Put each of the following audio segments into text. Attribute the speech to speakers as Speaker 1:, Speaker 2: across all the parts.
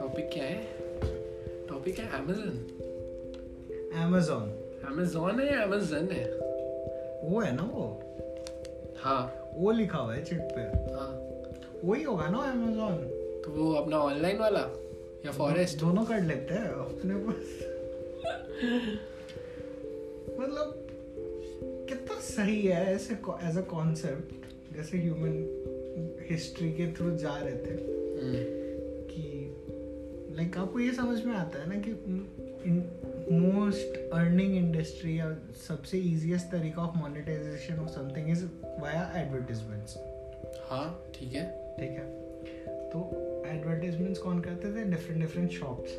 Speaker 1: Topic क्या है topic है अमेजन
Speaker 2: amazon
Speaker 1: अमेजोन है या अमेजन है
Speaker 2: वो है ना वो
Speaker 1: हाँ
Speaker 2: वो लिखा हुआ है चिट पे
Speaker 1: हाँ
Speaker 2: वही होगा ना amazon
Speaker 1: तो वो अपना ऑनलाइन वाला या फॉरेस्ट
Speaker 2: दोनों कर लेते हैं अपने पास मतलब कितना सही है ऐसे एज अ कॉन्सेप्ट जैसे ह्यूमन हिस्ट्री के थ्रू जा रहे थे
Speaker 1: हम्म.
Speaker 2: कि लाइक आपको ये समझ में आता है ना कि मोस्ट अर्निंग इंडस्ट्री या सबसे इजीएस्ट तरीका of monetization of something is via advertisements
Speaker 1: हाँ ठीक है
Speaker 2: ठीक है तो एडवर्टीजमेंट्स कौन करते थे डिफरेंट डिफरेंट शॉप्स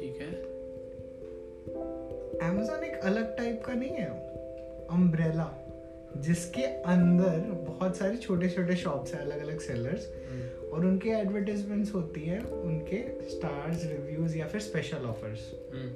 Speaker 1: ठीक है
Speaker 2: amazon एक अलग टाइप का नहीं है अम्ब्रेला जिसके अंदर बहुत सारे छोटे छोटे शॉप्स हैं अलग अलग सेलर्स
Speaker 1: हम्म.
Speaker 2: और उनके एडवर्टीजमेंट्स होती हैं उनके स्टार्स रिव्यूज या फिर स्पेशल ऑफर्स
Speaker 1: हम्म.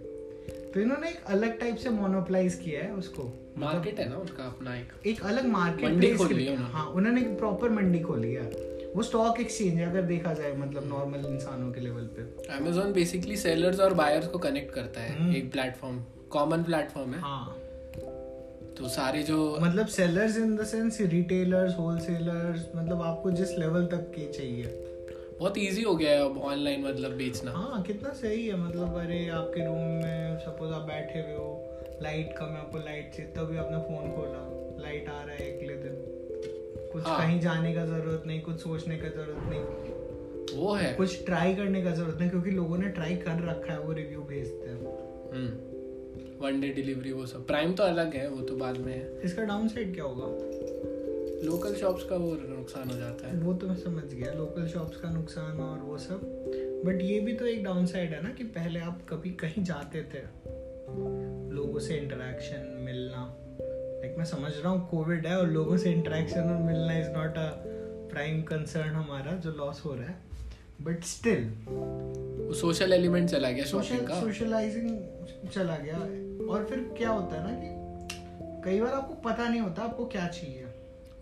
Speaker 2: तो इन्होंने एक अलग टाइप से मोनोपलाइज किया है उसको मतलब
Speaker 1: मार्केट है ना उनका अपना एक
Speaker 2: एक अलग मार्केट
Speaker 1: मंडी खोल ली है उन्होंने।
Speaker 2: हाँ उन्होंने एक प्रॉपर मंडी खोली है वो स्टॉक एक्सचेंज है अगर देखा जाए मतलब नॉर्मल इंसानों के लेवल पे
Speaker 1: अमेजोन बेसिकली सेलर्स और बायर्स को कनेक्ट करता है
Speaker 2: हम्म।
Speaker 1: एक प्लेटफॉर्म कॉमन प्लेटफॉर्म है
Speaker 2: हाँ
Speaker 1: तो सारे जो
Speaker 2: मतलब sellers in the sense retailers wholesalers मतलब आपको जिस लेवल तक की चाहिए
Speaker 1: बहुत इजी हो गया है अब ऑनलाइन मतलब बेचना
Speaker 2: हाँ कितना सही है मतलब अरे आपके रूम में सपोज आप बैठे हुए हो लाइट कम है आपको लाइट चाहिए तभी आपने फोन खोला लाइट आ रहा है अगले दिन कुछ
Speaker 1: हाँ।
Speaker 2: कहीं जाने का जरूरत नहीं कुछ सोचने का जरूरत नहीं
Speaker 1: वो है
Speaker 2: कुछ ट्राई करने का जरूरत नहीं क्योंकि लोगों ने ट्राई कर रखा है वो रिव्यू भेजते हैं
Speaker 1: हम्म. वन डे डिलीवरी वो सब प्राइम तो अलग है वो तो बाद में है
Speaker 2: इसका डाउन साइड क्या होगा
Speaker 1: लोकल शॉप्स का वो नुकसान हो जाता है
Speaker 2: वो तो मैं समझ गया लोकल शॉप्स का नुकसान और वो सब बट ये भी तो एक डाउन साइड है ना कि पहले आप कभी कहीं जाते थे लोगों से इंटरेक्शन मिलना लाइक मैं समझ रहा हूँ कोविड है और लोगों से इंटरेक्शन और मिलना is not a prime concern हमारा जो लॉस हो रहा है बट स्टिल
Speaker 1: वो सोशल एलिमेंट चला गया शॉपिंग
Speaker 2: सोशल
Speaker 1: का
Speaker 2: सोशलाइजिंग चला गया और फिर क्या होता है ना कि कई बार आपको पता नहीं होता आपको क्या चाहिए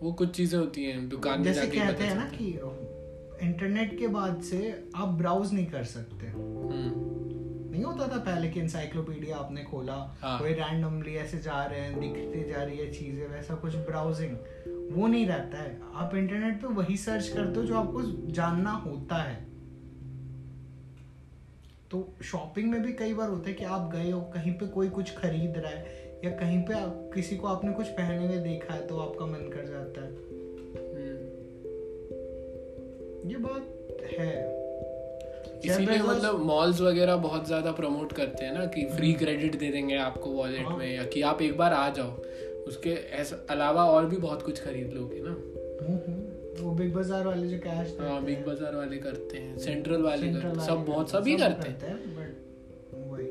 Speaker 1: वो कुछ चीजें होती हैं दुकान में
Speaker 2: जैसे
Speaker 1: जाके
Speaker 2: कहते
Speaker 1: पता
Speaker 2: हैं ना
Speaker 1: चलता है।
Speaker 2: कि इंटरनेट के बाद से आप ब्राउज नहीं कर सकते
Speaker 1: हम्म,
Speaker 2: नहीं होता था पहले कि इंसाइक्लोपीडिया आपने खोला
Speaker 1: हाँ।
Speaker 2: कोई रैंडमली ऐसे जा रहे हैं दिखते जा रही है चीजें वैसा कुछ ब्राउजिंग वो नहीं रहता है आप इंटरनेट पे वही सर्च करते हो जो आपको जानना होता है तो शॉपिंग में भी कई बार होता है कि आप गए हो कहीं पे कोई कुछ खरीद रहा है या कहीं पे आप किसी को आपने कुछ पहने हुए देखा है तो आपका मन कर जाता है
Speaker 1: हम्म।
Speaker 2: ये बात है
Speaker 1: इसीलिए
Speaker 2: Jeff Bezos-
Speaker 1: मतलब मॉल्स वगैरह बहुत ज्यादा प्रमोट करते हैं ना कि फ्री क्रेडिट दे देंगे आपको वॉलेट
Speaker 2: हम्म। हाँ।
Speaker 1: में या कि आप एक बार आ जाओ उसके ऐसा अलावा और भी बहुत कुछ खरीद लोगे ना
Speaker 2: हम्म, वो बिग बाजार वाले जो कैश
Speaker 1: हाँ बिग बाजार वाले करते हैं सेंट्रल वाले करते हैं सब बहुत सभी करते हैं
Speaker 2: हैं but वही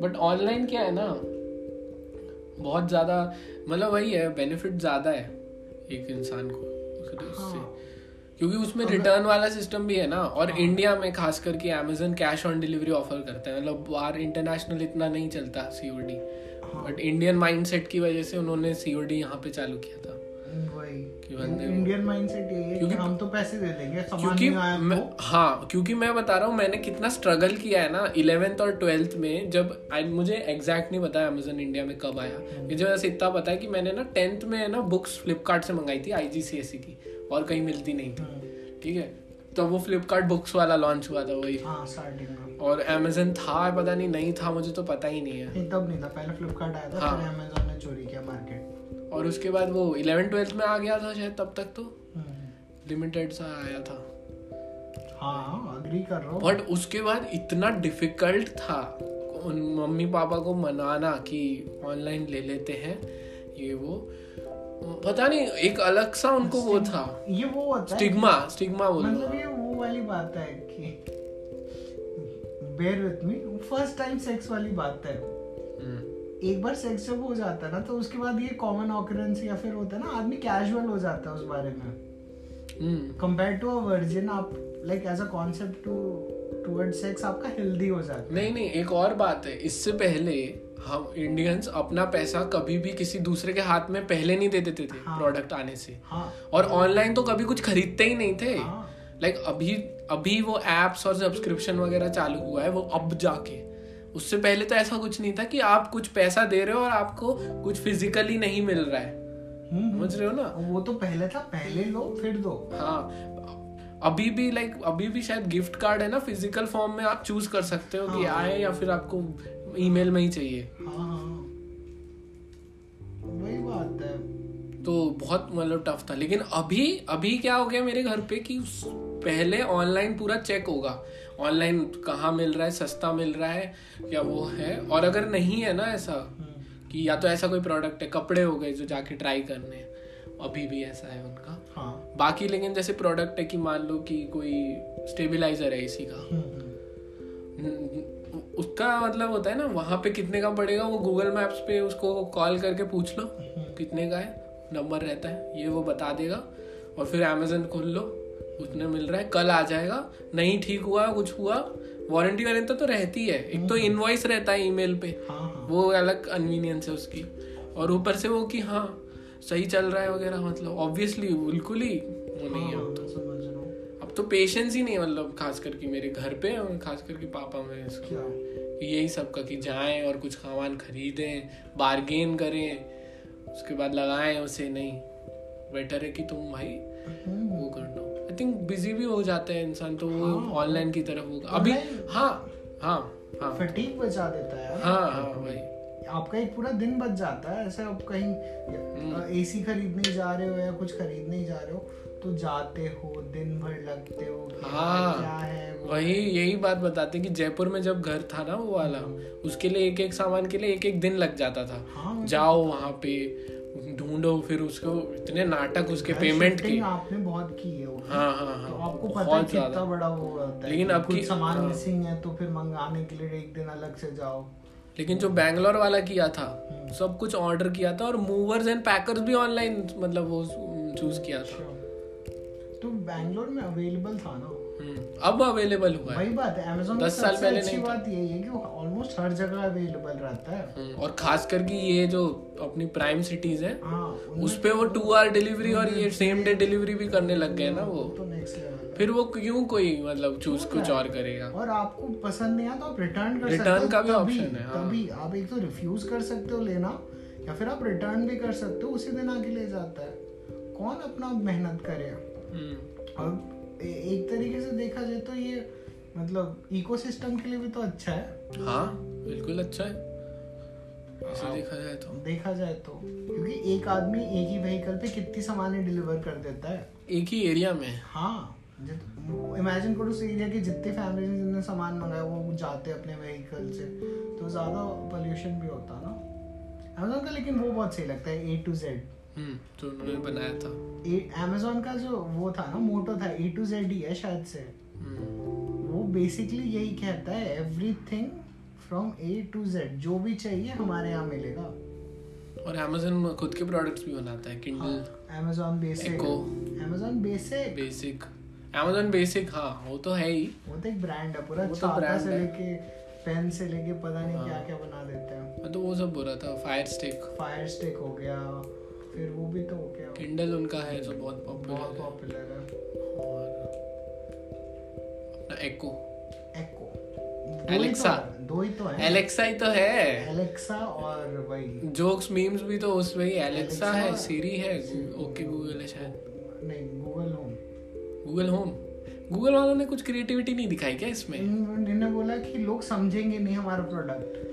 Speaker 1: बट ऑनलाइन क्या है ना बहुत ज़्यादा मतलब वही है बेनिफिट ज़्यादा है एक इंसान को उस- उससे
Speaker 2: हाँ।
Speaker 1: क्योंकि उसमें
Speaker 2: अगर-
Speaker 1: रिटर्न वाला सिस्टम भी है ना और
Speaker 2: हाँ।
Speaker 1: इंडिया में खास करके Amazon cash on delivery offer करता है मतलब बाहर इंटरनेशनल इतना नहीं चलता सीओडी
Speaker 2: हाँ।
Speaker 1: बट इंडियन माइंडसेट की वजह से उन्होंने सीओडी यहाँ पे चालू किया था कि बंदे
Speaker 2: वही
Speaker 1: को-
Speaker 2: इंडियन माइंडसेट यही है कि
Speaker 1: क्योंकि-
Speaker 2: हम तो पैसे दे देंगे सामान
Speaker 1: क्योंकि
Speaker 2: नहीं आया
Speaker 1: मैं,
Speaker 2: तो
Speaker 1: हाँ क्योंकि मैं बता रहा हूँ मैंने कितना स्ट्रगल किया है ना इलेवेंथ और ट्वेल्थ में जब I- मुझे एग्जैक्ट नहीं पता अमेजन इंडिया में कब आया
Speaker 2: हम्म।
Speaker 1: मुझे बस इतना पता है कि मैंने ना टेंथ में ना बुक्स फ्लिपकार्ट से मंगाई थी आई E की और कहीं मिलती नहीं थी
Speaker 2: हम्म,
Speaker 1: ठीक है तो वो फ्लिपकार्ट बुक्स वाला लॉन्च हुआ था वही
Speaker 2: हाँ स्टार्टिंग में
Speaker 1: और अमेजन था पता नहीं नहीं था मुझे तो पता ही नहीं है
Speaker 2: नहीं तब नहीं था पहले फ्लिपकार्ट आया था
Speaker 1: हाँ।
Speaker 2: फिर Amazon ने चोरी किया मार्केट
Speaker 1: और उसके बाद वो इलेवन ट्वेल्थ में आ गया था शायद तब तक तो
Speaker 2: हम्म,
Speaker 1: लिमिटेड सा आया था
Speaker 2: हाँ अग्री कर रहा हूँ
Speaker 1: बट उसके बाद इतना डिफिकल्ट था उन मम्मी पापा को मनाना कि ऑनलाइन ले लेते हैं ये वो पता नहीं एक अलग सा उनको वो था
Speaker 2: ये वो होता है
Speaker 1: स्टिग्मा स्टिग्मा बोल
Speaker 2: मतलब ये वो वाली बात है कि bear with me first time sex वाली बात है
Speaker 1: हम्म,
Speaker 2: एक बार सेक्स जब हो जाता है ना तो उसके बाद ये कॉमन ऑकरेंस या फिर होता है ना आदमी कैजुअल हो जाता है उस बारे में
Speaker 1: हम्म।
Speaker 2: कंपेयर टू अ वर्जिन आप like as a concept to toward sex आपका हेल्दी हो जाता है
Speaker 1: नहीं नहीं एक और बात है इससे पहले हम इंडियंस अपना पैसा कभी भी किसी दूसरे के हाथ में पहले नहीं दे देते थे
Speaker 2: हाँ।
Speaker 1: प्रोडक्ट आने से
Speaker 2: हाँ
Speaker 1: और ऑनलाइन तो कभी कुछ खरीदते ही नहीं थे
Speaker 2: हाँ।
Speaker 1: लाइक अभी अभी वो एप्स और सब्सक्रिप्शन वगैरह चालू हुआ है वो अब जाके उससे पहले तो ऐसा कुछ नहीं था कि आप कुछ पैसा दे रहे हो और आपको कुछ फिजिकली नहीं मिल रहा है
Speaker 2: हम्म,
Speaker 1: समझ रहे हो ना
Speaker 2: वो तो पहले था पहले लो फिर दो
Speaker 1: हाँ अभी भी लाइक अभी भी शायद गिफ्ट कार्ड है ना फिजिकल फॉर्म में आप चूज कर सकते हो कि आए या फिर आपको ईमेल में ही चाहिए
Speaker 2: हाँ हाँ वही बात है
Speaker 1: तो बहुत मतलब टफ था लेकिन अभी अभी क्या हो गया मेरे घर पे कि उस- पहले ऑनलाइन पूरा चेक होगा ऑनलाइन कहाँ मिल रहा है सस्ता मिल रहा है या वो है और अगर नहीं है ना ऐसा
Speaker 2: हम्म,
Speaker 1: कि या तो ऐसा कोई प्रोडक्ट है कपड़े हो गए जो जाके ट्राई करने हैं अभी भी ऐसा है उनका
Speaker 2: हाँ
Speaker 1: बाकी लेकिन जैसे प्रोडक्ट है कि मान लो कि कोई स्टेबलाइजर है इसी का
Speaker 2: हम्म, हम्म,
Speaker 1: न- उसका मतलब होता है ना वहाँ पे कितने का पड़ेगा वो गूगल मैप्स पे उसको कॉल करके पूछ लो
Speaker 2: हम्म।
Speaker 1: कितने का है नंबर रहता है ये वो बता देगा और फिर अमेजन खोल लो उतने मिल रहा है कल आ जाएगा नहीं ठीक हुआ कुछ हुआ वारंटी वारंटी तो रहती है एक तो
Speaker 2: हम्म।
Speaker 1: इनवॉइस रहता है ईमेल पे
Speaker 2: हाँ हाँ
Speaker 1: वो अलग कन्वीनियंस है उसकी और ऊपर से वो कि हाँ सही चल रहा है वगैरह मतलब ऑब्वियसली बिल्कुल ही वो नहीं है
Speaker 2: हाँ, मैं समझ रहा हूँ
Speaker 1: अब तो पेशेंस ही नहीं है, मतलब खास करके मेरे घर पे और खास करके पापा में इसका
Speaker 2: क्या
Speaker 1: कि तो यही सबका कि जाएं और कुछ सामान खरीदें बारगेन करें उसके बाद लगाएं उसे नहीं बेटर है कि तुम भाई
Speaker 2: हम्म,
Speaker 1: वो कर लो आई थिंक बिजी भी हो जाता है इंसान तो वो ऑनलाइन की तरफ होगा अभी
Speaker 2: हाँ। Online?
Speaker 1: हाँ हाँ हाँ
Speaker 2: fatigue बचा देता है यार
Speaker 1: हाँ हाँ भाई
Speaker 2: आपका एक पूरा दिन बच जाता है ऐसे आप
Speaker 1: हम्म।
Speaker 2: कहीं एसी खरीदने जा रहे हो या कुछ खरीदने जा रहे हो तो जाते हो दिन भर लगते हो कि
Speaker 1: हाँ।
Speaker 2: क्या है वो
Speaker 1: वही यही बात बताते कि जयपुर में जब घर था ना वो वाला उसके लिए एक एक सामान के लिए एक एक दिन लग जाता था
Speaker 2: हाँ, वो
Speaker 1: जाओ वहाँ पे ढूंढो फिर उसको इतने नाटक उसके
Speaker 2: यार
Speaker 1: पेमेंट के
Speaker 2: shifting आपने बहुत की है वो
Speaker 1: हाँ हाँ
Speaker 2: तो
Speaker 1: हाँ
Speaker 2: आपको पता है
Speaker 1: बहुत ज्यादा
Speaker 2: कितना बड़ा वो रहता है
Speaker 1: लेकिन
Speaker 2: कि
Speaker 1: अब
Speaker 2: कुछ
Speaker 1: की-
Speaker 2: सामान
Speaker 1: हाँ।
Speaker 2: मिसिंग है तो फिर मंगाने के लिए एक दिन अलग से जाओ
Speaker 1: लेकिन जो बैंगलोर वाला किया था सब कुछ ऑर्डर किया था और मूवर्स एंड पैकर्स भी ऑनलाइन मतलब वो चूज किया था अच्छा।
Speaker 2: तो बैंगलोर में अवेलेबल था ना
Speaker 1: हम्म, अब अवेलेबल हुआ है
Speaker 2: वही बात है Amazon की
Speaker 1: दस साल
Speaker 2: सबसे
Speaker 1: पहले
Speaker 2: अच्छी
Speaker 1: नहीं था।
Speaker 2: बात यही है कि ऑलमोस्ट हर जगह अवेलेबल रहता है
Speaker 1: हम्म, और खास करके ये जो अपनी प्राइम सिटीज हैं
Speaker 2: हाँ उनमें
Speaker 1: उस पे वो टू आवर डिलीवरी और ये सेम डे डिलीवरी भी करने लग गए ना वो
Speaker 2: तो नेक्स्ट लेवल
Speaker 1: फिर वो क्यों कोई मतलब चूज कुछ और करेगा
Speaker 2: और आपको पसंद नहीं आया तो आप रिटर्न कर
Speaker 1: Return
Speaker 2: सकते हो
Speaker 1: का भी
Speaker 2: तभी-
Speaker 1: option है, हाँ।
Speaker 2: तभी आप एक तो रिफ्यूज कर सकते हो लेना या फिर आप रिटर्न भी कर सकते हो उसी दिन आके ले जाता है कौन अपना मेहनत करे
Speaker 1: हम्म,
Speaker 2: और ए- एक तरीके से देखा जाए तो ये मतलब इकोसिस्टम के लिए भी तो अच्छा है
Speaker 1: हाँ बिल्कुल अच्छा है ऐसे देखा जाए तो
Speaker 2: देखा जाए तो क्योंकि एक आदमी एक ही व्हीकल पे कितनी सामान डिलीवर कर देता है
Speaker 1: एक ही एरिया में
Speaker 2: हाँ इमेजिन करो उस एरिया की जितनी फैमिली ने जितने सामान मंगाया वो जाते अपने व्हीकल से तो ज़्यादा पोल्यूशन भी होता ना अमेजोन का लेकिन वो बहुत सही लगता है ए टू जेड
Speaker 1: हम्म, जो उन्होंने बनाया था
Speaker 2: अमेजोन का जो वो था ना मोटो था ए टू जेड ही है शायद से
Speaker 1: हम्म,
Speaker 2: वो बेसिकली यही कहता है everything from A to Z जो भी चाहिए हमारे यहाँ मिलेगा
Speaker 1: और Amazon खुद के प्रोडक्ट्स भी बनाता है
Speaker 2: हाँ,
Speaker 1: Kindle
Speaker 2: Amazon basic
Speaker 1: Echo।
Speaker 2: Amazon basic
Speaker 1: basic amazon basic हाँ वो तो है ही
Speaker 2: वो तो एक ब्रांड है पूरा
Speaker 1: वो तो
Speaker 2: छाता
Speaker 1: brand
Speaker 2: से
Speaker 1: है। हाँ।
Speaker 2: लेके पेन से लेके पता नहीं क्या क्या बना देते हैं
Speaker 1: मैं तो वो सब बोला था फायर स्टिक
Speaker 2: फायर स्टिक हो गया फिर वो भी तो हो गया
Speaker 1: किंडल उनका है जो बहुत
Speaker 2: बहुत
Speaker 1: पॉपुलर है
Speaker 2: पॉपुलर है
Speaker 1: और अपना एको
Speaker 2: एको दो ही तो
Speaker 1: Alexa।
Speaker 2: है, दो ही तो है
Speaker 1: एलेक्सा ही तो है
Speaker 2: एलेक्सा और वही
Speaker 1: जोक्स मीम्स भी तो उसमें ही एलेक्सा
Speaker 2: Alexa।
Speaker 1: है सीरी है ओके गूगल है शायद
Speaker 2: नहीं Google home
Speaker 1: Google home Google वालों ने कुछ क्रिएटिविटी नहीं दिखाई क्या इसमें
Speaker 2: इन्होंने बोला कि लोग समझेंगे नहीं हमारा प्रोडक्ट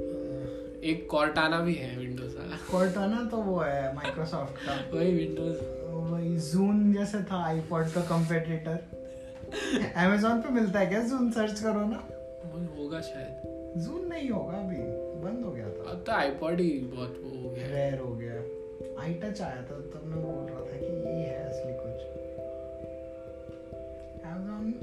Speaker 2: Hmm.
Speaker 1: एक कॉर्टाना भी है विंडोज वाला
Speaker 2: कॉर्टाना तो वो है माइक्रोसॉफ्ट का
Speaker 1: वही विंडोज
Speaker 2: वही जून जैसे था आईपॉड का कंपेटिटर अमेजोन पे मिलता है क्या जून सर्च करो ना
Speaker 1: होगा शायद
Speaker 2: जून नहीं होगा अभी बंद हो गया था
Speaker 1: अब तो आईपॉड ही बहुत वो हो गया है।
Speaker 2: रेयर हो गया आई टच आया था तब मैं बोल रहा था कि ये है असली कुछ अमेजोन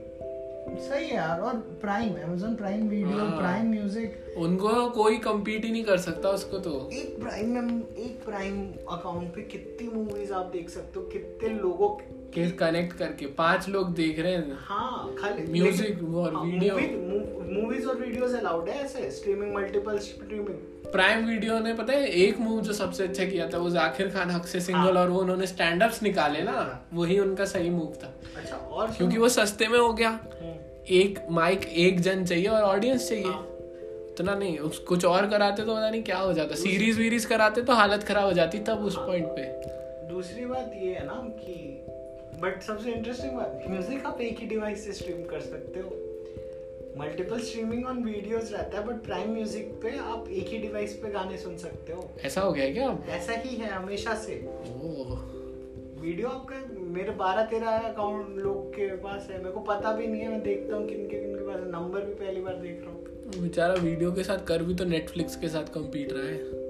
Speaker 2: सही है यार और प्राइम अमेजोन प्राइम वीडियो
Speaker 1: हाँ।
Speaker 2: प्राइम म्यूजिक
Speaker 1: उनको कोई कम्पीट ही नहीं कर सकता उसको तो
Speaker 2: एक प्राइम में एक प्राइम अकाउंट पे कितनी मूवीज आप देख सकते हो कितने लोगों
Speaker 1: केस कनेक्ट करके पांच लोग देख रहे हैं
Speaker 2: हाँ खाली
Speaker 1: Music और video.
Speaker 2: मूवी
Speaker 3: मूवीज और वीडियोस अलाउड है ऐसे streaming multiple streaming
Speaker 1: Prime video ने पता है एक मूव जो सबसे अच्छा किया था वो जाकिर खान हक से सिंगल
Speaker 3: हाँ।
Speaker 1: और वो उन्होंने स्टैंड अप्स निकाले ना वही उनका सही मूव था
Speaker 3: अच्छा और
Speaker 1: क्योंकि वो सस्ते में हो गया
Speaker 3: हम्म।
Speaker 1: एक माइक एक जन चाहिए और ऑडियंस चाहिए
Speaker 3: हाँ।
Speaker 1: इतना नहीं उस- कुछ और कराते तो पता नहीं क्या हो जाता सीरीज वीरीज कराते तो हालत खराब हो जाती तब उस पॉइंट पे
Speaker 3: दूसरी बात ये है ना कि बट सबसे इंटरेस्टिंग बात म्यूजिक आप एक ही डिवाइस से स्ट्रीम कर सकते हो मल्टीपल स्ट्रीमिंग ऑन वीडियोस रहता है बट प्राइम म्यूजिक पे आप एक ही डिवाइस पे गाने सुन सकते हो
Speaker 1: ऐसा हो गया क्या
Speaker 3: ऐसा ही है हमेशा से
Speaker 1: ओह,
Speaker 3: वीडियो आपका मेरे बारह तेरह अकाउंट लोग के पास है मेरे को पता भी नहीं है मैं देखता हूँ किन किन के पास नंबर भी पहली बार देख रहा हूँ
Speaker 1: बेचारा वीडियो के साथ कर भी तो नेटफ्लिक्स के साथ कम्पीट रहा है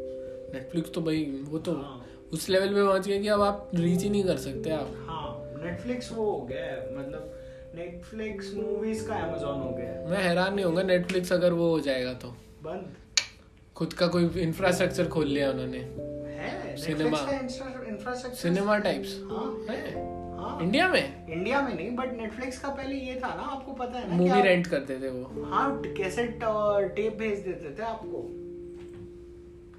Speaker 1: नेटफ्लिक्स तो भाई वो तो
Speaker 3: हाँ।
Speaker 1: उस लेवल पे पहुंच गया कि अब आप रीच ही नहीं कर सकते आप
Speaker 3: हाँ नेटफ्लिक्स वो हो गया है मतलब नेटफ्लिक्स मूवीज का अमेजोन हो गया है
Speaker 1: मैं हैरान नहीं होगा नेटफ्लिक्स अगर वो हो जाएगा तो
Speaker 3: बंद
Speaker 1: खुद का कोई इंफ्रास्ट्रक्चर खोल लिया उन्होंने
Speaker 3: है
Speaker 1: Cinema.
Speaker 3: नेटफ्लिक्स का इंफ्रास्ट्रक्चर
Speaker 1: सिनेमा टाइप्स
Speaker 3: हाँ
Speaker 1: है
Speaker 3: हाँ
Speaker 1: इंडिया में
Speaker 3: इंडिया में नहीं बट नेटफ्लिक्स का पहले ये था ना आपको पता है ना
Speaker 1: मूवी
Speaker 3: कि आप-
Speaker 1: रेंट करते थे वो
Speaker 3: हाँ कैसेट और टेप भेज देते थे आपको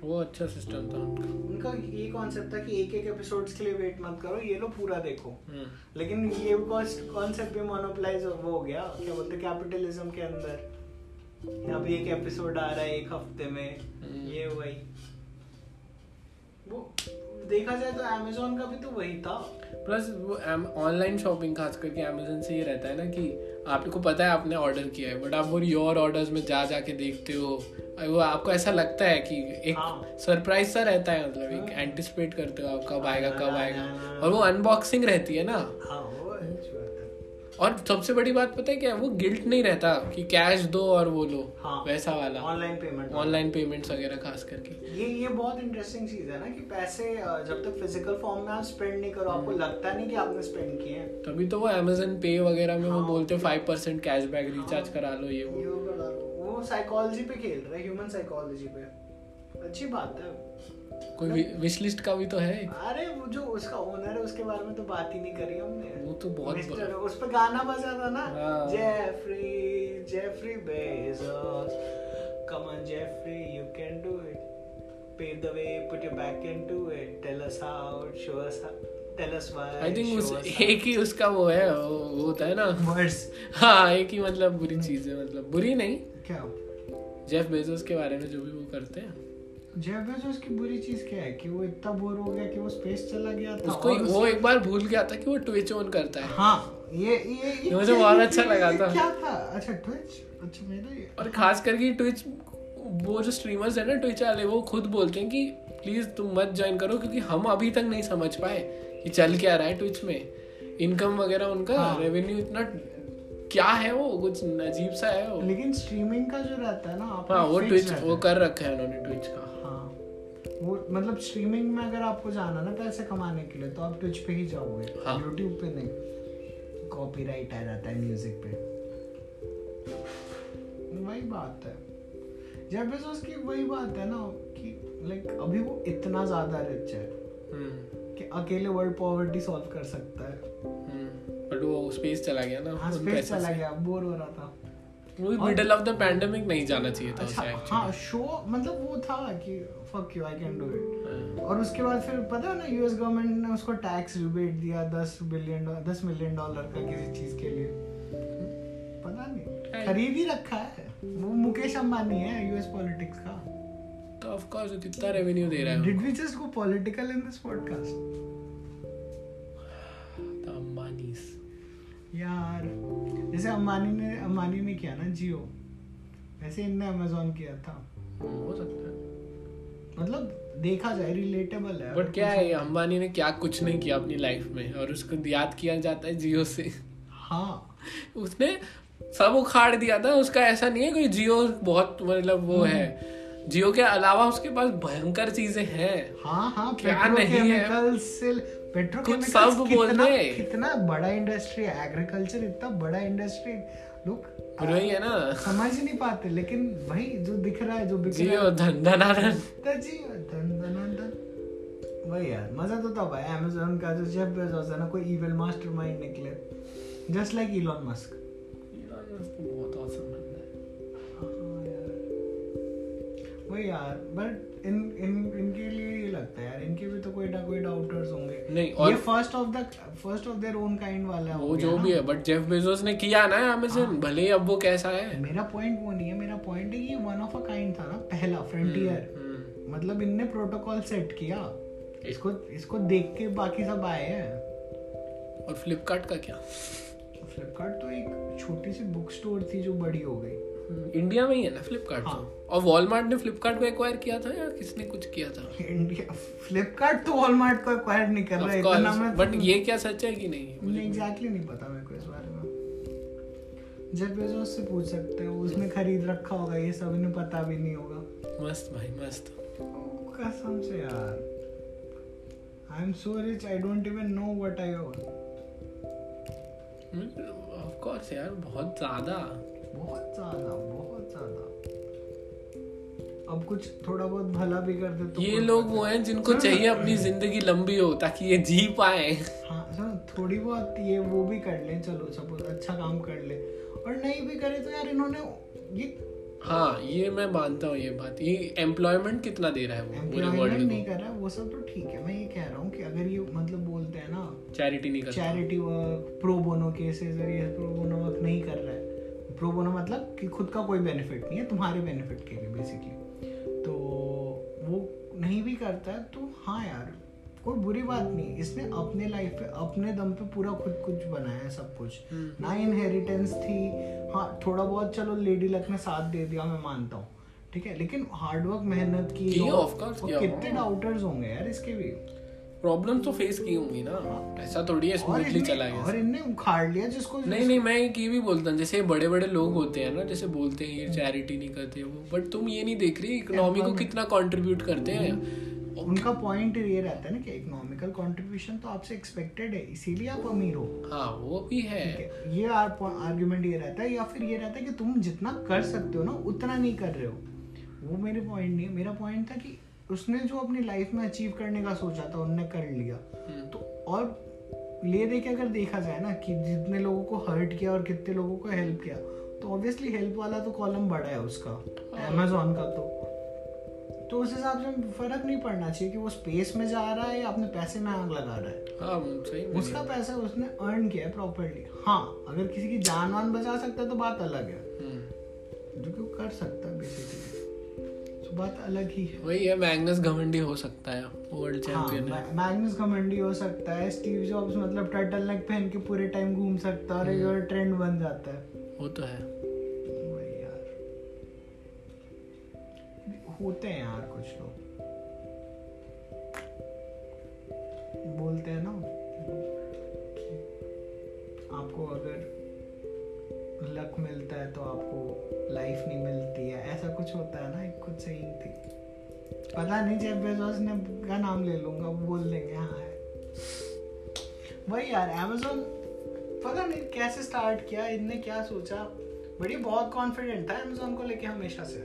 Speaker 1: वो अच्छा सिस्टम था उनका
Speaker 3: उनका ये कॉन्सेप्ट था कि एक एक एपिसोड्स के लिए वेट मत करो ये लो पूरा देखो
Speaker 1: हम्म।
Speaker 3: लेकिन ये कॉन्सेप्ट भी मोनोपोलाइज वो हो गया क्या बोलते कैपिटलिज्म के अंदर कि अब एक एपिसोड आ रहा है एक हफ्ते में
Speaker 1: हम्म।
Speaker 3: ये वही वो देखा जाए तो अमेजोन का भी तो वही था
Speaker 1: प्लस वो ऑनलाइन शॉपिंग खास करके अमेजोन से ये रहता है ना कि आपको पता है आपने ऑर्डर किया है बट आप वो योर ऑर्डर्स में जा जा के देखते हो और वो आपको ऐसा लगता है कि
Speaker 3: हाँ।
Speaker 1: एक सरप्राइज सा रहता है मतलब एक
Speaker 3: हाँ।
Speaker 1: एंटिसिपेट करते हो आप कब आएगा कब
Speaker 3: हाँ,
Speaker 1: आएगा
Speaker 3: हाँ, हाँ।
Speaker 1: और वो अनबॉक्सिंग रहती है ना
Speaker 3: हाँ वो अच्छा। अच्छी बात है
Speaker 1: और सबसे बड़ी बात पता है क्या है? वो गिल्ट नहीं रहता कि कैश दो और वो लो
Speaker 3: हाँ।
Speaker 1: वैसा वाला
Speaker 3: ऑनलाइन पेमेंट
Speaker 1: ऑनलाइन पेमेंट्स वगैरह खास करके
Speaker 3: ये ये बहुत इंटरेस्टिंग चीज है ना कि पैसे अ, जब तक फिजिकल फॉर्म में आप स्पेंड नहीं करो
Speaker 1: हम्म।
Speaker 3: आपको लगता नहीं कि आपने स्पेंड किए हैं
Speaker 1: तभी तो वो अमेजन पे वगैरह में वो
Speaker 3: हाँ।
Speaker 1: बोलते फाइव परसेंट कैशबैक रिचार्ज
Speaker 3: हाँ।
Speaker 1: करा लो ये वो
Speaker 3: ये वो करा लो। वो साइकोलॉजी पे खेल रहा है ह्यूमन साइकोलॉजी पे अच्छी बात है
Speaker 1: कोई विश लिस्ट का भी तो है एक।
Speaker 3: अरे वो जो उसका ओनर है उसके बारे में तो बात ही नहीं करी हमने
Speaker 1: वो तो बहुत
Speaker 3: Mr.
Speaker 1: बड़ा-
Speaker 3: उस पे गाना बजा था ना
Speaker 1: हाँ।
Speaker 3: Jeffrey Jeffrey Bezos come on Jeffrey you can do it pave the way put your back into it tell us how show us how, tell us why
Speaker 1: I think
Speaker 3: show
Speaker 1: us
Speaker 3: us how."
Speaker 1: एक ही उसका वो है वो वो होता है ना
Speaker 2: वर्ड्स
Speaker 1: हाँ एक ही मतलब बुरी चीज है मतलब बुरी नहीं
Speaker 2: क्या
Speaker 1: जेफ बेजोस के बारे में जो भी वो करते
Speaker 2: हाँ,
Speaker 1: हैं
Speaker 2: जेफ बेजोस की बुरी चीज क्या है कि वो इतना बोर हो गया कि वो स्पेस चला गया था
Speaker 1: उसको
Speaker 2: और
Speaker 1: वो एक बार भूल गया था कि वो ट्विच ऑन करता है
Speaker 2: हाँ ये ये ये-
Speaker 1: मुझे
Speaker 2: ये-
Speaker 1: बहुत
Speaker 2: ये-
Speaker 1: अच्छा
Speaker 2: ये-
Speaker 1: लगा
Speaker 2: ये
Speaker 1: था।
Speaker 2: क्या था अच्छा ट्विच अच्छा मेरा ये
Speaker 1: और खास करके ट्विच वो जो स्ट्रीमर्स है ना ट्विच वाले वो खुद बोलते हैं कि प्लीज तुम मत ज्वाइन करो क्योंकि हम अभी तक नहीं समझ पाए कि चल क्या रहा है ट्विच में इनकम वगैरह उनका
Speaker 2: हाँ।
Speaker 1: रेवेन्यू इतना क्या है वो कुछ अजीब सा है वो
Speaker 2: लेकिन स्ट्रीमिंग का जो रहता है ना आप
Speaker 1: हाँ वो
Speaker 2: fix
Speaker 1: ट्विच
Speaker 2: रहता है।
Speaker 1: वो कर रखा है उन्होंने ट्विच का
Speaker 2: हाँ वो मतलब स्ट्रीमिंग में अगर आपको जाना ना पैसे कमाने के लिए तो आप ट्विच पे ही जाओगे
Speaker 1: हाँ।
Speaker 2: यूट्यूब पे नहीं कॉपीराइट आ जाता है म्यूजिक पे वही बात है जेफ बेजोस की वही बात है ना कि लाइक अभी वो इतना ज्यादा रिच है
Speaker 1: हम्म
Speaker 2: कि अकेले वर्ल्ड पॉवर्टी सॉल्व कर सकता है
Speaker 1: हम्म, बट वो स्पेस चला गया ना
Speaker 2: हाँ
Speaker 1: उन
Speaker 2: स्पेस
Speaker 1: पैसों
Speaker 2: चला
Speaker 1: से।
Speaker 2: गया बोर हो रहा था
Speaker 1: वो मिडिल ऑफ द पैंडेमिक नहीं जाना चाहिए था
Speaker 2: अच्छा
Speaker 1: उसे
Speaker 2: हाँ
Speaker 1: actually।
Speaker 2: शो मतलब वो था कि fuck you I can do it
Speaker 1: हाँ।
Speaker 2: और उसके बाद फिर पता है ना यूएस गवर्नमेंट ने उसको टैक्स रिबेट दिया दस बिलियन दस मिलियन डॉलर का किसी चीज के लिए पता नहीं खरीद ही रखा है वो मुकेश अंबानी है यूएस पॉलिटिक्स का
Speaker 1: तो ऑफ कोर्स कितना रेवेन्यू दे रहा है
Speaker 2: did we just go political in this podcast
Speaker 1: उनको। तो अंबानीस
Speaker 2: यार जैसे अंबानी ने अंबानी ने किया ना जियो वैसे इनने अमेजोन किया था
Speaker 1: हो सकता है
Speaker 2: मतलब देखा जाए रिलेटेबल है
Speaker 1: बट क्या है अंबानी ने क्या कुछ नहीं किया अपनी लाइफ में और उसको याद किया जाता है जियो से
Speaker 2: हाँ
Speaker 1: उसने सब उखाड़ दिया था उसका ऐसा नहीं है कोई जियो बहुत मतलब वो है
Speaker 2: हम्म।
Speaker 1: जियो के अलावा उसके पास भयंकर चीजें हैं
Speaker 2: हाँ हाँ
Speaker 1: क्या नहीं है?
Speaker 2: पेट्रोकेमिकल से
Speaker 1: कुछ
Speaker 2: पेट्रोकेमिकल्स
Speaker 1: सब बोल
Speaker 2: कितना
Speaker 1: दे।
Speaker 2: कितना बड़ा इंडस्ट्री है एग्रीकल्चर इतना बड़ा इंडस्ट्री लोग
Speaker 1: और वही है ना
Speaker 2: समझ ही नहीं पाते लेकिन भाई जो दिख रहा है जो बिक रहा
Speaker 1: जियो धन धनाधन
Speaker 2: है तो जियो धन धन धन वही यार मजा तो तब आया अमेजोन का जो जेफ बेजोस है ना कोई इविल तो मास्टरमाइंड निकले जस्ट लाइक इलॉन मस्क वही यार बट इन इन इनके लिए ये लगता है यार इनके भी तो कोई ना कोई डाउटर्स होंगे
Speaker 1: नहीं, और-
Speaker 2: ये first of the first of their own kind वाला हो
Speaker 1: वो
Speaker 2: गया हाँ।
Speaker 1: जो
Speaker 2: ना।
Speaker 1: भी है बट जेफ बेजोस ने किया ना अमेजन भले ही अब वो कैसा है
Speaker 2: मेरा पॉइंट वो नहीं है मेरा पॉइंट है कि वन ऑफ अ काइंड था ना पहला फ्रंटियर
Speaker 1: हम्म,
Speaker 2: मतलब इनने प्रोटोकॉल सेट किया इसको इसको देख के बाकी सब आए हैं
Speaker 1: और फ्लिपकार्ट का क्या
Speaker 2: फ्लिपकार्ट तो एक छोटी सी बुक स्टोर थी जो बड़ी हो गई
Speaker 1: इंडिया हम्म, में ही है ना फ्लिपकार्ट
Speaker 2: हाँ।
Speaker 1: और वॉलमार्ट ने फ्लिपकार्ट को एक्वायर किया था या किसने कुछ किया था
Speaker 2: इंडिया फ्लिपकार्ट तो वॉलमार्ट को एक्वायर नहीं कर रहा है इतना मैं
Speaker 1: बट ये क्या सच है कि नहीं
Speaker 2: मुझे एग्जैक्टली नहीं पता मेरे को इस बारे में जेफ बेजोस से पूछ सकते हो उसने खरीद रखा होगा ये सब इन्हें पता भी नहीं होगा
Speaker 1: मस्त भाई मस्त
Speaker 2: कसम से यार I am so rich I don't even know what I own
Speaker 1: of course हम्म, यार बहुत ज्यादा
Speaker 2: बहुत ज्यादा बहुत ज्यादा अब कुछ थोड़ा बहुत भला भी कर दे तो
Speaker 1: ये
Speaker 2: कोई
Speaker 1: लोग
Speaker 2: बात
Speaker 1: वो हैं जिनको
Speaker 2: हाँ।
Speaker 1: चाहिए अपनी जिंदगी लंबी हो ताकि ये जी पाए
Speaker 2: नहीं। हाँ सुनो थोड़ी बहुत ये वो भी कर ले चलो सपोज अच्छा काम कर ले और नहीं भी करे तो यार इन्होंने ये
Speaker 1: हाँ ये मैं मानता हूँ ये बात ये एम्प्लॉयमेंट कितना दे रहा है वो पूरे
Speaker 2: एम्प्लॉयमेंट
Speaker 1: वर्ल्ड
Speaker 2: नहीं
Speaker 1: को
Speaker 2: कर रहा वो सब तो ठीक है मैं ये कह रहा हूँ कि अगर ये मतलब बोलते हैं ना
Speaker 1: चैरिटी नहीं करता
Speaker 2: charity work pro bono cases और ये प्रो बोनो वर्क नहीं कर रहा है प्रो बोनो मतलब कि खुद का कोई बेनिफिट नहीं है तुम्हारे बेनिफिट के लिए बेसिकली तो वो नहीं भी करता है तो हाँ यार कोई बुरी बात नहीं इसने अपने लाइफ पे अपने दम पे पूरा खुद कुछ बनाया है सब कुछ
Speaker 1: हम्म।
Speaker 2: ना इनहेरिटेंस थी हाँ थोड़ा बहुत चलो लेडी लक ने साथ दे दिया मैं मानता हूँ ठीक है लेकिन हार्डवर्क मेहनत की
Speaker 1: किया,
Speaker 2: और-
Speaker 1: of course
Speaker 2: और
Speaker 1: किया,
Speaker 2: कितने
Speaker 1: हाँ।
Speaker 2: डाउटर्स होंगे यार इसके भी
Speaker 1: प्रॉब्लम तो फेस की होंगी ना ऐसा थोड़ी है
Speaker 2: और
Speaker 1: स्मूथली चला
Speaker 2: इनने
Speaker 1: गया
Speaker 2: और इनने उखाड़ लिया जिसको
Speaker 1: नहीं नहीं मैं एक ये भी बोलता हूँ जैसे बड़े बड़े लोग होते हैं ना जैसे बोलते हैं ये चैरिटी नहीं करते वो बट तुम ये नहीं देख रही इकोनॉमी को कितना कंट्रीब्यूट करते हैं
Speaker 2: उनका पॉइंट ये रहता है ना कि इकोनॉमिकल कंट्रीब्यूशन तो आपसे एक्सपेक्टेड है इसीलिए आप अमीर हो
Speaker 1: हाँ वो भी है
Speaker 2: ठीक है ये आर्गुमेंट ये रहता है या फिर ये रहता है कि तुम जितना कर सकते हो ना उतना नहीं कर रहे हो वो मेरे पॉइंट नहीं है मेरा पॉइंट था कि उसने जो अपनी लाइफ में अचीव करने का सोचा था उनने कर लिया
Speaker 1: हम्म।
Speaker 2: तो और ले दे के अगर देखा जाए ना कि जितने लोगों को हर्ट किया और कितने लोगों को हेल्प किया तो ऑब्वियसली हेल्प वाला तो कॉलम बड़ा है उसका अमेजोन का तो तो उस हिसाब से फर्क नहीं पड़ना चाहिए कि वो स्पेस में जा रहा है या अपने पैसे में आग लगा रहा है
Speaker 1: हाँ सही में।
Speaker 2: उसका पैसा उसने अर्न किया है प्रॉपरली हाँ अगर किसी की जान वान बचा सकता है तो बात अलग है
Speaker 1: हम्म।
Speaker 2: जो कि वो कर सकता है बेसिकली तो बात अलग ही है
Speaker 1: वही है मैग्नस घमंडी हो सकता है वर्ल्ड
Speaker 2: हाँ,
Speaker 1: चैंपियन है
Speaker 2: मैग्नस घमंडी हो सकता है स्टीव जॉब्स मतलब टर्टल नेक पहन के पूरे टाइम घूम सकता है और एक और ट्रेंड बन जाता है
Speaker 1: वो तो है
Speaker 2: वही यार होते हैं यार कुछ लोग बोलते हैं ना कि आपको अगर लक मिलता है तो आपको लाइफ नहीं मिलती है ऐसा कुछ होता है ना एक कुछ सही थी पता नहीं जेफ बेजोस ने का नाम ले लूंगा वो बोल देंगे हाँ है वही यार Amazon पता नहीं कैसे स्टार्ट किया इनने क्या सोचा बट ये बहुत कॉन्फिडेंट था Amazon को लेके हमेशा से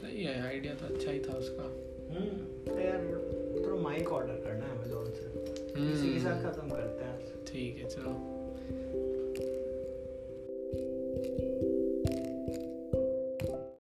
Speaker 1: सही है आइडिया तो अच्छा ही था उसका
Speaker 2: हम्म यार थोड़ा माइक ऑर्डर करना है Amazon से
Speaker 1: हम्म।
Speaker 2: इसी के साथ खत्म करते हैं
Speaker 1: ठीक है चलो